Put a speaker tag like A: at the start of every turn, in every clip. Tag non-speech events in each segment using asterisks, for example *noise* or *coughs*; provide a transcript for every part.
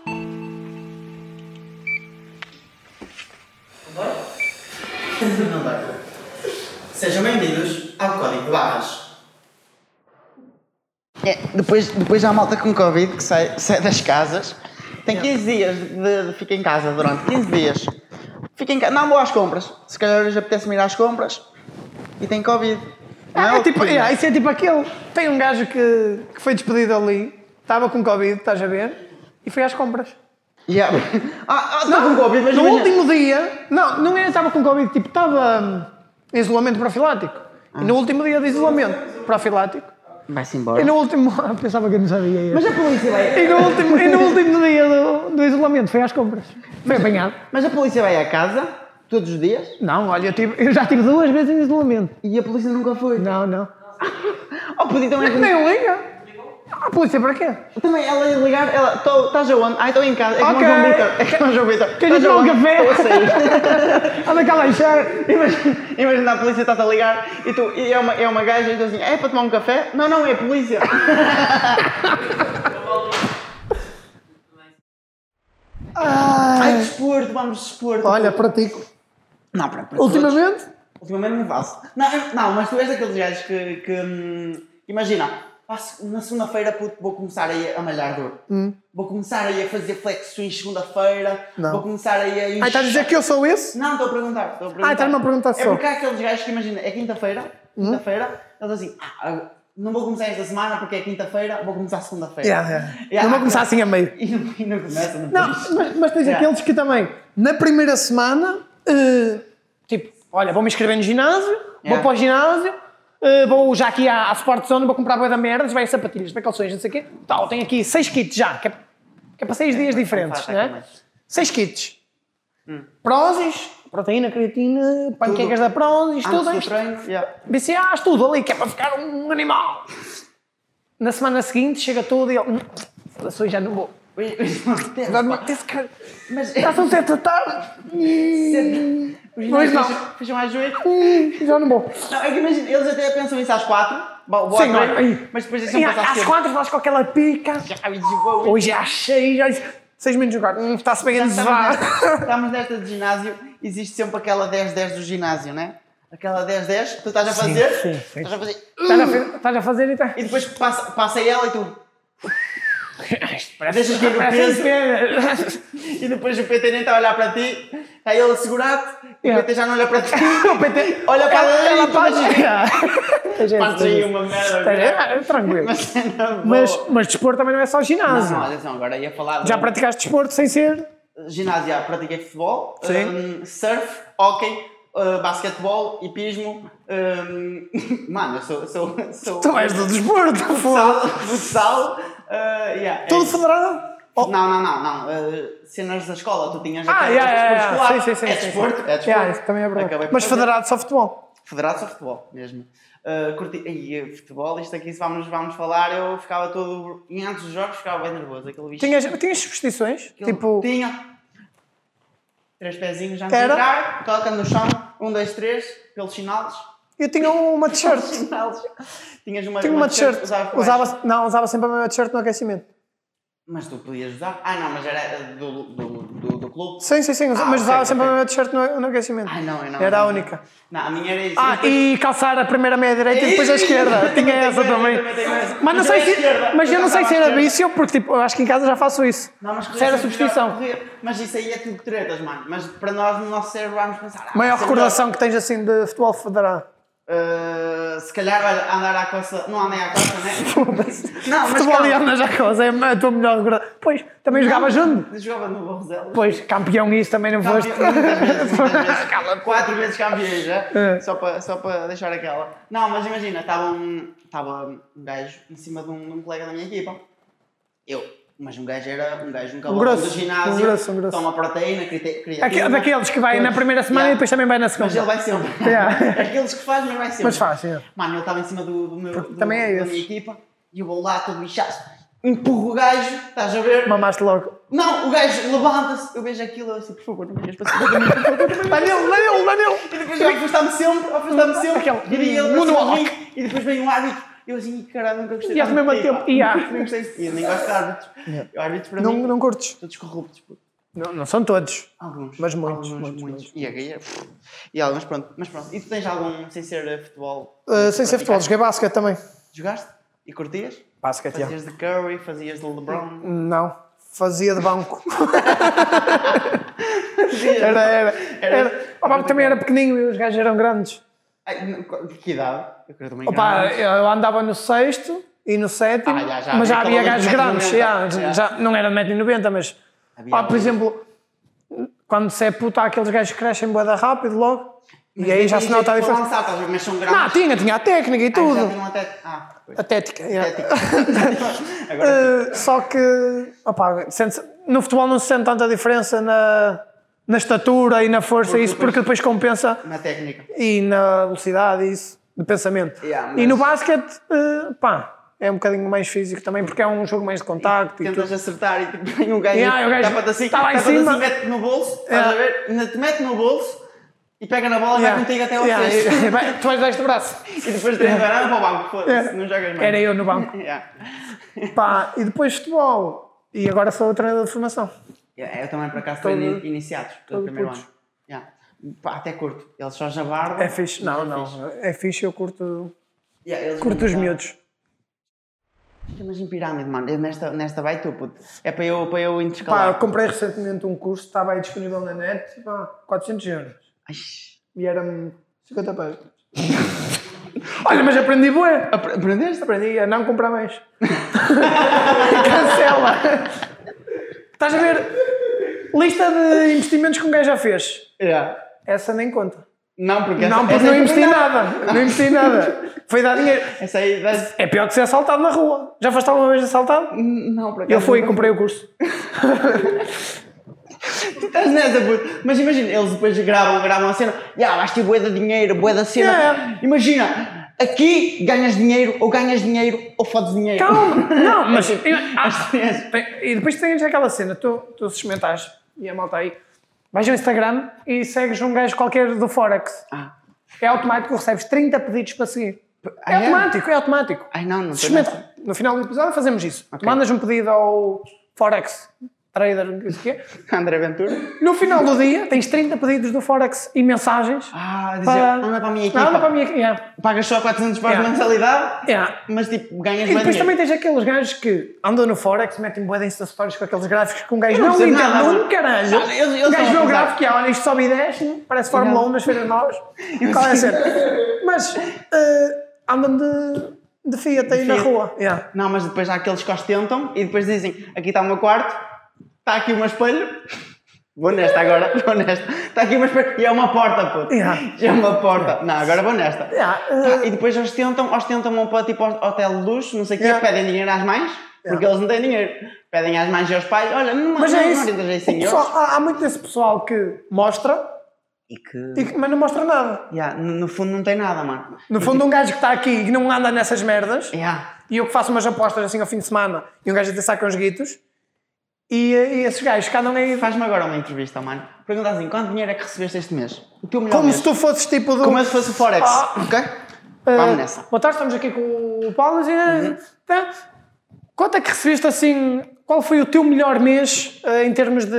A: *laughs*
B: Não dá. Sejam bem-vindos ao Código de Barras.
A: É, depois, depois há a malta com Covid que sai, *laughs* sai das casas. Tem 15 dias de, de fica em casa durante 15 dias. Fica em casa. Não vou às compras. Se calhar hoje apetece-me ir às compras e tem Covid. Não
C: Ah, é tipo,
A: opinião.
C: yeah, isso é tipo aquele. Tem um gajo que, que foi despedido ali, estava com Covid, estás a ver? E foi às compras.
A: *laughs* Yeah. Ah, ah, não, com Covid, mas
C: no
A: imagina-
C: último dia. Não, não era estava com Covid, tipo, estava hum, em isolamento profilático. E no último dia de isolamento profilático.
A: Ah. Vai-se
C: E
A: embora.
C: no último. *laughs* Ah, Pensava que eu não sabia isso.
A: Mas a polícia vai.
C: E no último, e no último dia do, do isolamento foi às compras. Foi apanhado.
A: Mas a polícia vai à casa todos os dias
C: Não, olha, eu, tive- eu já tive duas vezes em isolamento.
A: e a polícia nunca foi.
C: Não, não.
A: Oh, podia também. *laughs*
C: Nem um liga. Ah, A polícia para quê?
A: Também ela ia ligar, ela, "Tô- estás aonde? Ai, estou em casa, é que
C: Ok.
A: não João Vitor, é que não João Vitor.
C: Queres ir tomar um café?
A: Estou a sair.
C: Anda cá lanchar.
A: Imagina- Imagina a polícia está-te a ligar e tu, e é uma, é uma gaja e tu assim, é para tomar um café? Não, não, é a polícia. Ai, desporto, vamos desporto.
C: Olha, pratico.
A: Não, pronto, pronto.
C: Ultimamente?
A: Ultimamente não faço. Não, eu- não, mas tu és daqueles gajos que. que, hum, imagina, passo- na segunda-feira puto, vou começar aí a malhar duro. Vou começar aí a fazer flexões segunda-feira.
C: Hum. Não.
A: Vou começar aí a.
C: Ah, estás a dizer que eu sou esse?
A: Não, estou a perguntar. Estou a perguntar.
C: estás-me a perguntar
A: É
C: só. Hum?
A: porque há aqueles gajos que imagina, é quinta-feira, quinta-feira, eles assim, ah, eu não vou começar esta semana porque é quinta-feira, vou começar segunda-feira.
C: Yeah, yeah. Não vou começar assim a meio.
A: E não, e não começa, não,
C: Não,
A: faz.
C: mas, mas tens
A: Yeah.
C: aqueles que também, na primeira semana, eh, tipo, olha, vou-me inscrever no ginásio, vou
A: Yeah.
C: para o ginásio, eh, vou já aqui à, à Sport Zone, vou comprar boi da merda, vai sapatilhas, vai calções, não sei o quê. Tal, tenho aqui seis kits já, que é, que é para seis dias diferentes,
A: tá,
C: não
A: tá,
C: é?
A: tá, tá.
C: Seis kits. Prósis, proteína, creatina, panquecas da prósis,
A: Antes
C: Hum. tudo.
A: do treino, yeah.
C: BCAs, tudo ali, que é para ficar um animal. Na semana seguinte chega tudo e ele. "Hum, foda-se, hoje já não vou.
A: *laughs*
C: Agora não apetece, cara.
A: Mas
C: Já são sete da tarde. Hum, Hoje não.
A: Fecham às joelhos.
C: Hum, Já não vou.
A: Não, é que imagina, eles até pensam isso às quatro. Bom, vou
C: Sim,
A: ao treino,
C: aí.
A: mas depois
C: E
A: deixam
C: às-
A: passar
C: às quatro faz com aquela pica.
A: Ai, vou-
C: Hoje é às seis, às seis minutos agora. Hum, Está-se bem a
A: Estamos nesta-
C: desejar.
A: Estamos nesta de ginásio, existe sempre aquela 10-10 do ginásio, né? Aquela 10-10 que tu estás a
C: Sim,
A: fazer,
C: sim, sim.
A: estás a fazer,
C: Estás a fa- Estás a fazer então? e está.
A: e depois passa, passa ela e tu,
C: Parece
A: Deixas cair o é peso.
C: peso.
A: e depois o PT nem está a olhar para ti, está ele a segurar-te, e o
C: Yeah.
A: PT já não olha para ti,
C: *laughs*
A: *laughs*
C: O PT
A: olha para
C: ela,
A: ela,
C: ela
A: e tu
C: passa.
A: deixas-
C: Gente,
A: Faz aí uma merda. né?
C: É, é, Tranquilo.
A: Mas, não,
C: Mas,
A: vou-
C: mas desporto também não é só
A: não,
C: ginásio.
A: não, atenção, agora ia falar de
C: Já praticaste desporto sem ser?
A: ginásio, já pratiquei futebol,
C: Sim.
A: hum, surf, hockey, hum, basquetebol, hipismo, hum, *laughs* mano, eu sou... sou, sou
C: Tu és do desporto, *laughs* foda.
A: futsal, futsal, eh, yeah, é
C: Todo
A: isso.
C: federado?
A: Não, não, não, não. eh, cenas da escola, tu tinhas
C: Oh. Ah,
A: aquelas
C: yeah,
A: coisas
C: yeah, yeah. Sim,
A: escolares.
C: sim, sim.
A: É
C: sim,
A: desporto,
C: sim.
A: é desporto.
C: Yeah, isso também é verdade.
A: Acabei por
C: Mas
A: fazer.
C: federado só futebol.
A: Federado só futebol, mesmo. Eh, curti... Ai, futebol, isto aqui, se vamos, vamos falar, eu ficava todo. E antes dos jogos ficava bem nervoso, aquele bicho.
C: Tinhas, tinhas substituições?
A: aquele-
C: Tipo,
A: Tinha. Três pezinhos antes
C: Era?
A: de entrar, toca no chão, um, dois, três, pelos sinais. *laughs*
C: eu tinha uma t-shirt.
A: Sinais. Tinhas uma,
C: Tinha uma t-shirt.
A: usava por baixo.
C: Usava, não, usava sempre a mesma t-shirt no aquecimento.
A: Mas tu podias usar? Ah, não, mas era do, do, do, do clube.
C: Sim, sim, sim.
A: Ah,
C: mas
A: ok,
C: usava sempre
A: ok.
C: a mesma t-shirt no, no aquecimento.
A: Ai, não, eu não.
C: Era a
A: não.
C: única.
A: Não, a minha era isso.
C: Ah, e calçar a primeira meia direita e depois a
A: Ih,
C: esquerda.
A: também *laughs*
C: Tinha
A: tenho
C: essa
A: essa,
C: também.
A: também tenho essa.
C: Mas não
A: Mas
C: sei
A: era à esquerda,
C: se. Mas eu não
A: mas
C: sei
A: era
C: se
A: à
C: era
A: esquerda.
C: vício, porque tipo, eu acho que em casa já faço isso.
A: Não, mas correr
C: Se era
A: sempre
C: substituição.
A: melhor, correr. Mas isso aí é tudo tretas, mano. Mas para nós, no nosso cérebro, vamos pensar. ah,
C: Maior
A: sempre-
C: recordação que tens assim de futebol federado.
A: Ah, se calhar, olha, andar à costa. Não andei à costa, né? não, mas.
C: Futebol e
A: calma.
C: andas à causa, é a tua melhor recordação. Pois, também jogava junto.
A: Jogava no Barrozelos.
C: Pois, campeão e isso também não foste.
A: Campeão, muitas
C: *laughs*
A: vezes, muitas vezes. tá Quatro vezes campeão já.
C: É.
A: Só para só para deixar aquela. Não, mas imagina, estava um, estava um gajo em cima de um, de um colega da minha equipa. Eu. Mas um gajo era um gajo, um cavalo
C: grosso,
A: do ginásio.
C: um grosso, um grosso.
A: Toma proteína, crite- creatina.
C: Aque- Daqueles que vai na primeira semana e
A: Yeah.
C: depois também vai na
A: Mas ele
C: segunda.
A: vai sempre.
C: *laughs* Yeah.
A: *laughs* Aqueles que faz, mas vai sempre.
C: Mas faz, é.
A: Mano, ele estava em cima do, do meu, do-
C: também é
A: da
C: esse.
A: minha equipa e eu vou lá, todo bichado. Empurro o gajo, estás a ver?
C: Mamaste logo.
A: Não, o gajo levanta-se, eu vejo aquilo eu assim, por favor, não me olhas para cima de mim, por favor.
C: *laughs* Dá nele, dá nele, dá nele.
A: E depois ele afastar-me sempre, afastar-me sempre.
C: Aquele
A: e daí ele para cima de
C: moonwalk.
A: mim, e depois vem um árbitro. Eu assim, "Ih, caralho, nunca gostei
C: E ao
A: de
C: mesmo
A: árbitro,
C: tempo,
A: pá.
C: e há.
A: Nem gostei de- Eu nem gosto de árbitros. Árbitros para
C: Não,
A: mim,
C: não curtes.
A: todos corruptos. pô.
C: Não, não são todos.
A: Alguns.
C: Mas muitos,
A: Alguns,
C: muitos, muitos.
A: E é a guia. E alguns, pronto. Mas pronto. E tu tens algum, sem ser eh, futebol?
C: Ah, sem ser futebol,
A: praticaste?
C: joguei basquete também.
A: Jogaste? E curtias?
C: Basquete, já.
A: Fazias de Curry, fazias de LeBron.
C: Não. Fazia de banco.
A: fazias-
C: *laughs* Era, era. era. Opa, também era pequenino e os gajos eram grandes.
A: Ai, não, qual- de que idade? Eu quero também
C: Opa,
A: grande.
C: eu andava no sexto e no sétimo,
A: Ah, já, já
C: mas já
A: havia
C: havia
A: aquela
C: gajos
A: de
C: grandes.
A: 1,90.
C: já,
A: Já.
C: já, não era de 1,90m, mas.
A: Havia
C: Pá, por
A: alguns.
C: exemplo, quando se é puto, há aqueles gajos que crescem boeda rápido logo
A: Mas
C: e aí já
A: tem
C: se nota a
A: gente que
C: diferença.
A: lançar, estás a ver, mas são grandes.
C: Não, tinha, tinha a técnica e
A: assim, Ah, já
C: tudo.
A: tinham até- Ah, pois. tipo,
C: A tética, yeah.
A: *laughs* Agora
C: Eh, só que opa, sente-se- no futebol não se sente tanta diferença na, na estatura e na força,
A: Porque
C: isso porque depois compensa
A: na técnica.
C: e na velocidade e isso de pensamento.
A: Yeah,
C: E
A: mas-
C: no basquete, eh, pá, é um bocadinho mais físico também, porque é um jogo mais de contacto e, tudo.
A: Tentas acertar e tipo, vem um gajo.
C: Yeah, o gajo
A: tapa-te assim,
C: tá lá em
A: tapa-te assim,
C: cima.
A: mete-te no bolso,
C: Yeah.
A: estás a ver? Ainda te mete no bolso e pega na bola e
C: Yeah.
A: vai contigo até ao
C: Yeah,
A: sexto.
C: e- *laughs* vai- tu vais dar este braço.
A: *laughs* E depois tens de parar para o banco, foda-se,
C: Yeah.
A: não jogas mais.
C: Era eu no banco.
A: Yeah.
C: Pá, e depois futebol. E agora sou treinador de formação.
A: Yeah, Eu também por acaso
C: Todo-
A: treino iniciados, pelo
C: todo
A: primeiro
C: putos.
A: ano. Yeah. Pá, até curto. Eles só já barba.
C: É fixe. Não, não. É fixe, eu curto,
A: Yeah, eles
C: curto
A: vão
C: os
A: dar-
C: miúdos.
A: Mas em pirâmide, mano, eu nesta, nesta vai tu, puto. É para eu, para eu
C: Pá,
A: intercalar.
C: eu comprei recentemente um curso, estava aí disponível na net, pá, 400 euros.
A: Ai,
C: E era-me
A: *laughs*
C: 50 pés. Olha, mas aprendi bué.
A: apre- Aprendeste?
C: Aprendi a não comprar mais. *laughs* Cancela. Estás a ver? Lista de investimentos que um gajo já fez.
A: Yeah.
C: Essa nem conta.
A: É. Não, porque essa-
C: não, porque
A: essa
C: não
A: aí
C: investi
A: foi nada.
C: nada. Não investi nada. Foi dar dinheiro.
A: Essa aí, das-
C: É pior que ser assaltado na rua. Já foste alguma vez assaltado?
A: não, por acaso.
C: Eu fui e
A: nunca
C: comprei o curso.
A: Tu estás nessa, puto. Mas imagina, eles depois gravam, gravam a cena. Ya, vais ter bué de dinheiro, bué da cena.
C: Yeah.
A: Imagina, aqui ganhas dinheiro, ou ganhas dinheiro, ou fodes dinheiro.
C: Calma! Não, *laughs* mas. Ah,
A: cenas.
C: tem- e depois tens aquela cena, tu, tu se experimentares e a malta aí. Vais ao Instagram e segues um gajo qualquer do Forex.
A: Ah.
C: É automático, recebes 30 pedidos para seguir. É
A: Ah, é?
C: automático, é automático.
A: Ai não, não
C: Se
A: sei.
C: experimenta. No final do episódio fazemos isso. Tu mandas um pedido ao Forex Trader, não sei o quê.
A: André Ventura.
C: No final do dia tens 30 pedidos do Forex e mensagens.
A: Ah, dizer,
C: para-
A: anda para a minha equipa.
C: Anda para a minha equipa. yeah,
A: Pagas só 400 paus
C: Yeah.
A: de mensalidade,
C: yeah.
A: mas tipo, ganhas
C: E
A: bué
C: depois
A: dinheiro.
C: também tens aqueles gajos que andam no Forex, metem boeda em Insta Stories com aqueles gráficos que um gajo
A: Eu não
C: não
A: percebo
C: entende
A: nada,
C: um
A: mano.
C: caralho.
A: Olha, eu- eu
C: O
A: sou um
C: gajo vê o
A: pesado.
C: gráfico e "Ah, olha, isto sobe e desce, parece Fórmula 1 nas feiras nós. Qual é
A: *laughs*
C: a cena? Mas eh, andam de, de Fiat aí na
A: Fiat.
C: rua. Yeah.
A: Não, mas depois há aqueles que ostentam e depois dizem: aqui está o meu quarto, está aqui o meu espelho. Vou nesta agora, *laughs* vou nesta. Está aqui o meu espelho. E é uma porta, puto.
C: Yeah.
A: E é uma porta. Não, agora vou nesta.
C: Yeah, eh,
A: Pá, Ah, E depois ostentam, ostentam um para tipo hotel de luxo, não sei o quê,
C: Yeah.
A: pedem dinheiro às mães, porque eles não têm dinheiro. Pedem às mães e aos pais, olha, não,
C: mas
A: não,
C: é
A: não
C: isso.
A: orientas aí,
C: O
A: senhor.
C: pessoal- há, há muito desse pessoal que mostra,
A: E que.
C: e que- mas não mostra nada.
A: Yeah, no, no fundo não tem nada, mano.
C: No fundo, um gajo que está aqui e que não anda nessas merdas.
A: Yeah.
C: E eu que faço umas apostas assim ao fim de semana e um gajo até saca uns guitos. E, eh, e esses gajos que andam aí.
A: Faz-me agora uma entrevista, mano. Pergunta assim: quanto dinheiro é que recebeste este mês? O teu melhor
C: Como
A: mês.
C: se tu fosses tipo do.
A: Como se fosse o Forex,
C: Ah.
A: ok?
C: Eh,
A: Vamos nessa. Uhum.
C: Boa tarde, estamos aqui com o Paulo. E, tá. Quanto é que recebeste assim? Qual foi o teu melhor mês eh, em termos de,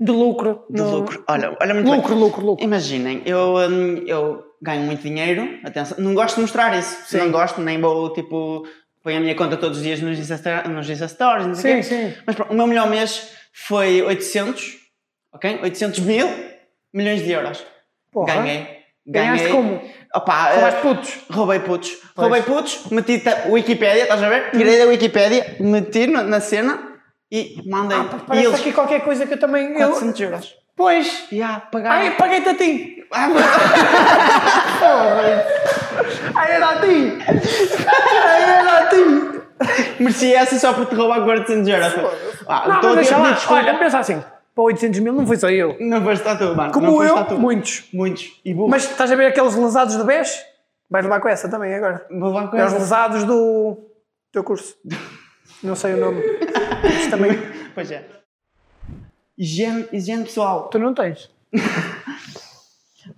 C: de lucro?
A: De lucro. Olha, olha muito
C: Lucro,
A: bem.
C: lucro, lucro.
A: Imaginem, eu, hum, eu ganho muito dinheiro, atenção, não gosto de mostrar isso. Não gosto, nem vou, tipo, põe a minha conta todos os dias nos Insta, nos Insta Stories, não sei
C: Sim,
A: quê.
C: sim.
A: Mas pronto, o meu melhor mês foi 800, ok? 800 mil milhões de euros.
C: Porra.
A: Ganhei.
C: Ganhaste
A: ganhei.
C: como?
A: Opa,
C: Falaste
A: eh,
C: putos.
A: Roubei putos. Roubei putos, meti da Wikipédia, estás a ver? Tirei da Wikipédia, meti na, na cena e mandei. e
C: Ah, Parece
A: eles,
C: aqui qualquer coisa que eu também. Eu...
A: 400 euros.
C: Pois.
A: E ah, pagaram.
C: Ai, paguei-te a ti.
A: Ah, mas- *laughs*
C: Ai, era a ti. Ai, era a ti.
A: Merecia essa só por te roubar 400 euros. Ah,
C: Não,
A: estou
C: mas
A: a
C: deixa
A: dizer
C: lá.
A: desculpa.
C: Olha, pensa assim. Para 800 mil não foi só eu.
A: Não foste estar tu, mano.
C: Como
A: não foste
C: eu,
A: lá tu.
C: muitos.
A: Muitos. E burro.
C: Mas estás a ver aqueles lesados do BES? Vais levar com essa também agora.
A: Vou lá com
C: É os
A: essa.
C: lesados do teu curso. Não sei o *laughs* nome. Mas também.
A: *laughs* Pois é. Higiene, higiene pessoal.
C: Tu não tens.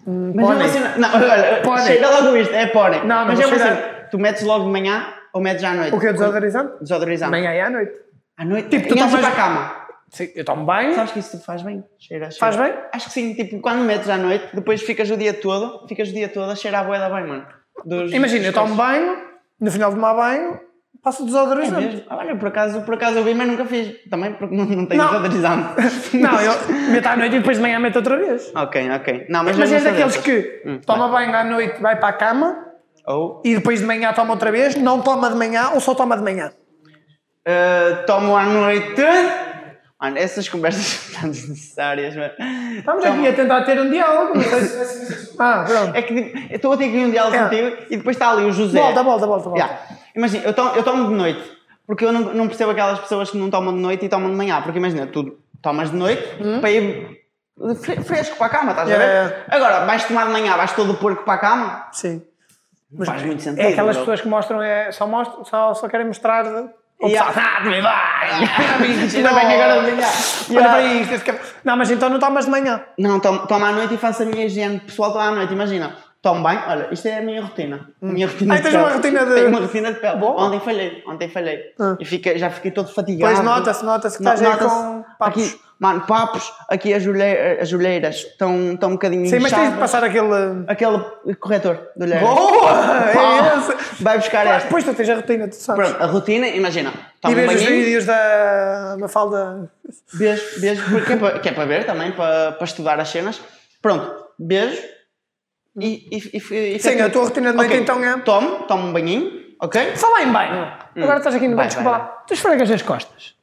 C: Hum,
A: Mas
C: pônei.
A: é uma cena. Não, *laughs* olha,
C: Pônei.
A: chega logo isto. É pônei.
C: Não, não
A: mas
C: vou
A: é uma
C: chegar.
A: cena. Tu metes logo de manhã ou metes à noite?
C: o que é desodorizante?
A: Desodorizante.
C: Amanhã e à noite.
A: À noite,
C: Tipo,
A: tipo,
C: tu
A: tu
C: tomas-
A: para a cama.
C: Sim, eu tomo bem.
A: Sabes que isso tipo, faz bem? Cheira, cheira.
C: Faz bem?
A: Acho que sim, tipo, quando metes à noite, depois ficas o dia todo, ficas o dia todo a cheirar a boeda bem, mano. Dos-
C: Imagina, eu
A: dos
C: tomo banho, no final de tomar banho, passo
A: É
C: desodorante.
A: mesmo? Olha, por acaso, por acaso eu vi, mas nunca fiz. Também porque não, não tenho
C: Não.
A: desodorizante.
C: Não, eu meto à noite e depois de manhã meto outra vez.
A: Ok, ok. Não, mas
C: Mas
A: mesmo
C: é
A: sem
C: daqueles
A: dessas.
C: que
A: Hum,
C: toma banho à noite, vai para a cama
A: Ou
C: e depois de manhã toma outra vez, não toma de manhã ou só toma de manhã.
A: eh, tomo à noite. Mano, essas conversas *laughs* são tão desnecessárias, mano.
C: Estamos
A: Tomo-
C: aqui a tentar ter
A: *laughs*
C: um diálogo. não sei se- ah, pronto.
A: É que tipo, eu estou a ter aqui um diálogo
C: É.
A: contigo e depois está ali o José.
C: Volta, volta, volta. volta.
A: é. Yeah. Imagina, eu tomo, eu tomo de noite, porque eu não, não percebo aquelas pessoas que não tomam de noite e tomam de manhã, porque imagina, tu tomas de noite para ir fre- fresco para a cama, estás
C: Hum? Yeah,
A: a ver?
C: yeah,
A: Agora, vais tomar de manhã, vais todo porco para a cama?
C: Sim.
A: Faz muito sentido.
C: É aquelas
A: bro.
C: pessoas que mostram, é, só, mostram só, só querem mostrar. eh, de- ao
A: Yeah.
C: pessoal, Ah, também *laughs* vai!
A: Ainda bem que agora de manhã.
C: Olha para
A: Yeah.
C: isto. este cabelo. Não, mas então não tomas de manhã.
A: Não, tomo, tomo à noite e faço a minha higiene pessoal toda à noite, imagina. Tomo bem, olha, isto é a minha rotina. A minha rotina
C: Ah,
A: de
C: tens
A: pele.
C: uma rotina de-
A: Tenho uma rotina de pele.
C: Boa.
A: Ontem falhei, ontem falhei.
C: Ah.
A: E fiquei, já fiquei todo fatigado.
C: Pois nota-se, nota-se que estás aí
A: Nota-se.
C: com papos.
A: Aqui, mano, papos, aqui as, olhe- as olheiras estão, estão um bocadinho
C: Sim, mas tens de
A: inchadas.
C: passar aquele.
A: Aquele corretor de olheiras.
C: Boa! É esse!
A: Vai buscar esta.
C: Depois tu tens a rotina, tu sabes.
A: Pronto, a rotina, imagina.
C: E
A: Tomo um
C: vês os
A: banhinho,
C: vídeos da Mafalda.
A: beijo, beijo, porque é para, que é para ver também, para, para estudar as cenas. Pronto, beijo. E, e, e, e- e
C: Sim, a tua rotina de noite
A: Ok,
C: então é. Tá
A: Tomo, tomo um banhinho, ok?
C: Fala em banho. Agora estás aqui no
A: Hum. Vai,
C: banho, desculpa
A: vai,
C: lá. Tu esfregas as costas.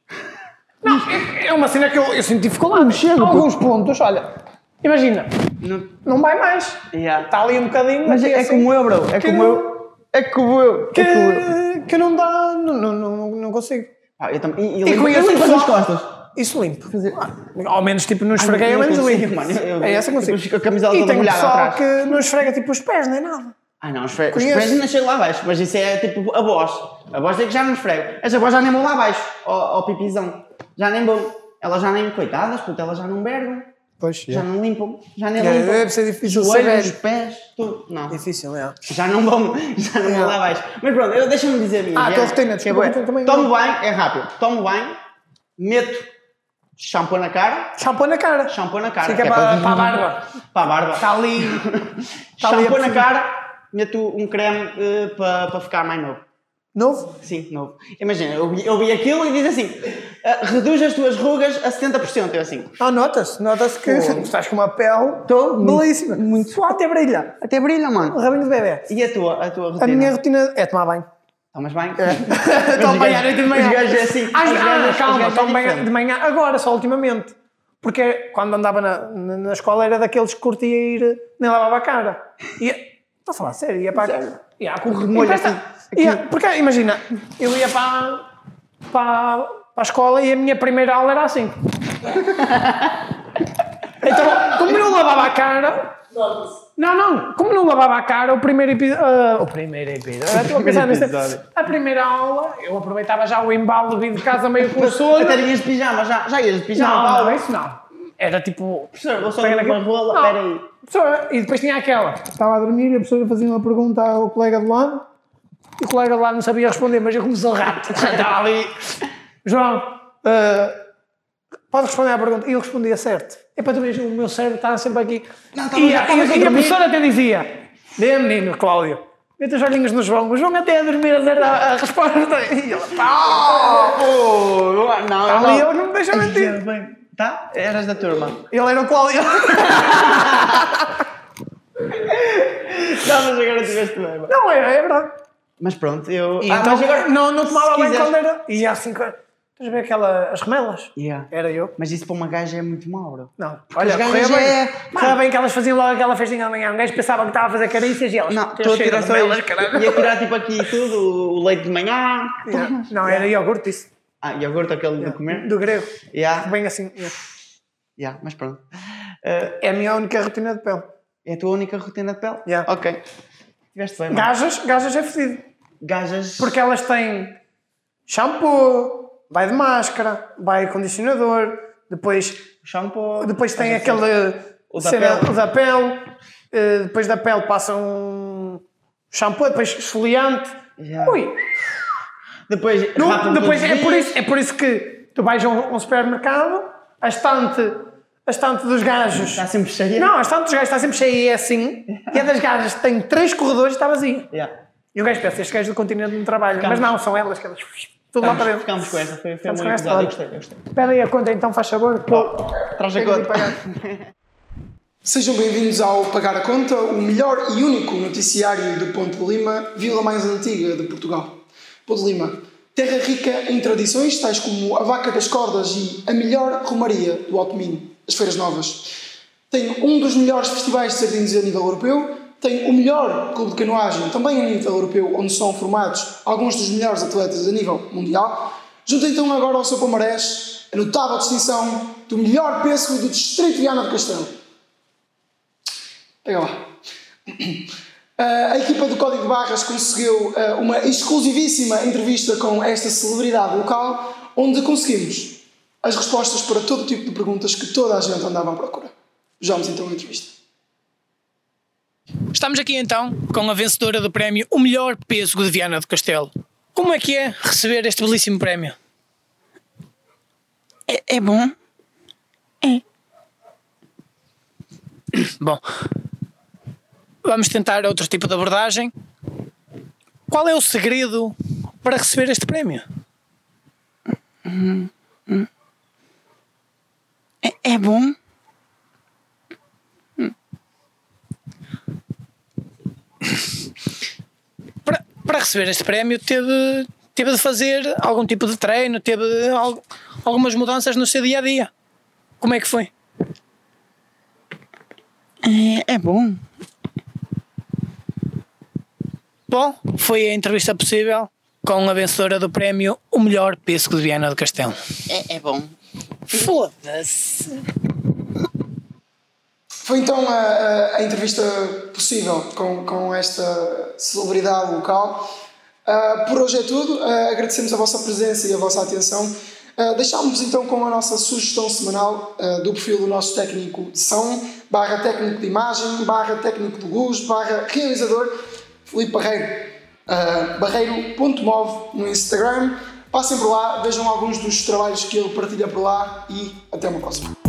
C: Não, é, é uma cena que eu, eu sinto
A: Ah,
C: dificuldade. Há alguns pontos, olha. Imagina,
A: Não-
C: não vai mais.
A: Yeah.
C: Está ali um bocadinho.
A: Mas é,
C: aqui
A: é
C: assim,
A: como eu, bro. É
C: que
A: como
C: não-
A: eu. É como eu.
C: Que,
A: É como eu.
C: que não dá, não, não, não, não consigo.
A: Ah, eu também. E,
C: E
A: limpo-
C: com
A: eu
C: isso
A: limpo
C: só-
A: as costas.
C: Isso limpo. Ah, ao menos tipo não esfreguei,
A: eu
C: ao menos
A: consigo,
C: limpo.
A: mano, eu-
C: é essa que
A: eu
C: consigo.
A: fico com a camisola
C: e
A: toda
C: tem
A: molhada
C: pessoal
A: atrás.
C: que não esfrega tipo os pés nem nada.
A: Ah não, os fre- os
C: Conheço.
A: fregos ainda chegam lá abaixo, mas isso é tipo a voz. A voz é que já não esfrego. Essa voz já nem vou lá abaixo, ao, ao pipizão. Já nem vou. Elas já nem, coitadas, puto, elas já não bergam.
C: Pois,
A: Já não limpam. Já nem
C: Yeah,
A: limpam.
C: É, deve ser difícil ser
A: Joelhos,
C: velho.
A: pés, tudo. Não.
C: Difícil, é.
A: Já não vão, *laughs* já não vão lá abaixo. Mas pronto, eu deixa-me dizer a minha.
C: Ah,
A: já.
C: tua rotina,
A: Que é
C: desculpa,
A: bué.
C: então também
A: Tomo banho, é rápido. Tomo banho, meto shampoo na cara,
C: Shampoo na cara.
A: shampoo na cara.
C: Fica
A: que é
C: para, para a barba.
A: Para a barba.
C: Está ali. Tá ali a
A: shampoo na
C: possível.
A: cara, meto um creme eh, para, para ficar mais novo.
C: Novo?
A: Sim, novo. Imagina, eu vi, eu vi aquilo e diz assim, eh, reduz as tuas rugas a 70%. Eu assim,
C: Ah, nota-se. Nota-se que
A: Fogo.
C: estás com uma pele
A: Tô muito-
C: belíssima. Muito suave até brilha.
A: até brilha, mano.
C: Rabinho de bebê.
A: E a tua, a tua rotina?
C: A minha É. rotina é tomar banho.
A: Tomas banho? *laughs*
C: Estão bem à noite de manhã.
A: Os gajos é assim.
C: Ah,
A: os gajos- os
C: calma,
A: gajos é
C: estão bem
A: diferente.
C: de manhã agora, só ultimamente. Porque é quando andava na, na, na escola era daqueles que curtia ir, nem lavava a cara. E estou a falar sério, ia para
A: Sério?
C: Ia com
A: remolho
C: e para esta-
A: aqui,
C: ia- porque imagina, eu ia para, para, para a escola e a minha primeira aula
A: *laughs*
C: era assim. então, como não lavava a cara. Não, não, como não lavava a cara, o primeiro episódio. o primeiro episódio. Estou a pensar nisto.
A: episódio.
C: A primeira aula, eu aproveitava já o embalo de vir de casa meio com sono.
A: Até ias de pijama, já, já ias de pijama.
C: Não,
A: Paulo.
C: não, isso não. Era tipo.
A: Professor, vou só
C: pega
A: dar uma
C: naquele-
A: rola,
C: Não.
A: espera aí.
C: Professor, E depois tinha aquela. Estava a dormir e a professora fazia uma pergunta ao colega de lado. E o colega de lado não sabia responder, mas eu comecei a rato. *laughs* Estava ali. João, eh, pode responder à pergunta? E eu respondia certo. É para tu veres, o meu cérebro está sempre aqui.
A: Não, estava-
C: e,
A: já
C: a,
A: estavas a
C: e- e a
A: dormir.
C: professora até dizia: Dê menino, Cláudio. Mete os olhinhos no João. O João até a dormir a dar a, a resposta. *laughs* E ele, pá!
A: Oh, não, não.
C: Ali eu não me deixa mentir.
A: Ia bem. Tá? Eras da turma.
C: Ele era o Cláudio.
A: Não, mas agora estiveste bem. mano.
C: Não, era, é verdade.
A: Mas pronto, eu.
C: E então, não, não tomava
A: se
C: bem
A: quiseres-
C: quando era. E há cinco anos. Estás a ver aquela. as remelas?
A: Yeah.
C: Era eu.
A: Mas isso para uma gaja é muito mau, bro.
C: Não.
A: os
C: Olha,
A: gajos
C: corria bem.
A: é-
C: Corria bem que elas faziam logo aquela festinha da manhã. Um gajo pensava que estava a fazer carícias e elas.
A: Não,
C: "Tens
A: estou a
C: cheiro
A: tirar
C: de
A: só
C: remelas,
A: isto.
C: caralho."
A: Ia tirar tipo aqui tudo, o leite de manhã.
C: Yeah. Não, era iogurte isso.
A: Ah, iogurte aquele de comer.
C: Do grego.
A: Yeah,
C: Bem assim. yeah.
A: yeah, mas pronto.
C: É a minha única rotina de pele.
A: É a tua única rotina de pele?
C: Yeah.
A: Ok. Estiveste bem, mano.
C: Gajas, gajas é fedido.
A: Gajas.
C: Porque elas têm shampoo, vai de máscara, vai condicionador, depois
A: Shampoo.
C: Depois tem
A: Gajas
C: aquele
A: é. O da
C: cena
A: pele.
C: o da pele. eh, Depois da pele passa um shampoo, depois esfoliante.
A: Yeah.
C: Ui!
A: Depois,
C: Não,
A: rapam
C: depois
A: todos os
C: é por,
A: dias.
C: isso, é por isso que tu vais a um, um supermercado, a estante, a estante dos gajos.
A: Está Tá sempre cheio.
C: Não, a estante dos gajos está sempre cheia e é assim. E a das gajas tem três corredores e está vazia.
A: Yeah.
C: E o gajo pensa, este gajo do continente não trabalha.
A: Ficamos.
C: Mas não, são elas que elas. Tudo lá para
A: Ficamos, ficamos
C: dentro.
A: com esta, foi, um foi
C: tá Ficamos
A: muito
C: com esta,
A: pesado. Eu
C: olha.
A: gostei, eu gostei.
C: Espera aí a conta então, faz favor. Pô,
A: Traz a
C: tenho de
A: conta.
C: ir pagar.
D: Sejam bem-vindos ao Pagar a Conta, o melhor e único noticiário de Ponte de Lima, vila mais antiga de Portugal. Ponte de Lima, terra rica em tradições tais como a vaca das cordas e a melhor romaria do Alto Minho, as Feiras Novas. Tem um dos melhores festivais de sardinhas a nível europeu, tem o melhor clube de canoagem também a nível europeu, onde são formados alguns dos melhores atletas a nível mundial. Junta então agora ao seu palmarés a notável distinção do melhor pêssego do Distrito de Viana do Castelo. Pega lá. Ah, a equipa do Código de Barras conseguiu ah, uma exclusivíssima entrevista com esta celebridade local, onde conseguimos as respostas para todo tipo de perguntas que toda a gente andava à procura. Vejamos então a entrevista.
C: Estamos aqui então com a vencedora do prémio O Melhor Pêssego de Viana do Castelo. Como é que é receber este belíssimo prémio?
E: É, é bom? É.
C: *coughs* Bom, vamos tentar outro tipo de abordagem. Qual é o segredo para receber este prémio?
E: É, é bom?
C: Para, para receber este prémio, teve, teve de fazer algum tipo de treino, teve al- algumas mudanças no seu dia a dia. Como é que foi?
E: É, é bom?
C: Bom, foi a entrevista possível com a vencedora do prémio O Melhor Pêssego de Viana do Castelo.
E: É, é bom.
C: Foda-se!
D: Foi então a, a- a entrevista possível com, com esta celebridade local. Ah, por hoje é tudo. Ah, agradecemos a vossa presença e a vossa atenção. Ah, Deixámos-vos então com a nossa sugestão semanal ah, do perfil do nosso técnico de som, barra técnico de imagem, barra técnico de luz, barra realizador, Felipe Barreiro. Ah, barreiro.mov no Instagram. Passem por lá, vejam alguns dos trabalhos que ele partilha por lá e até uma próxima.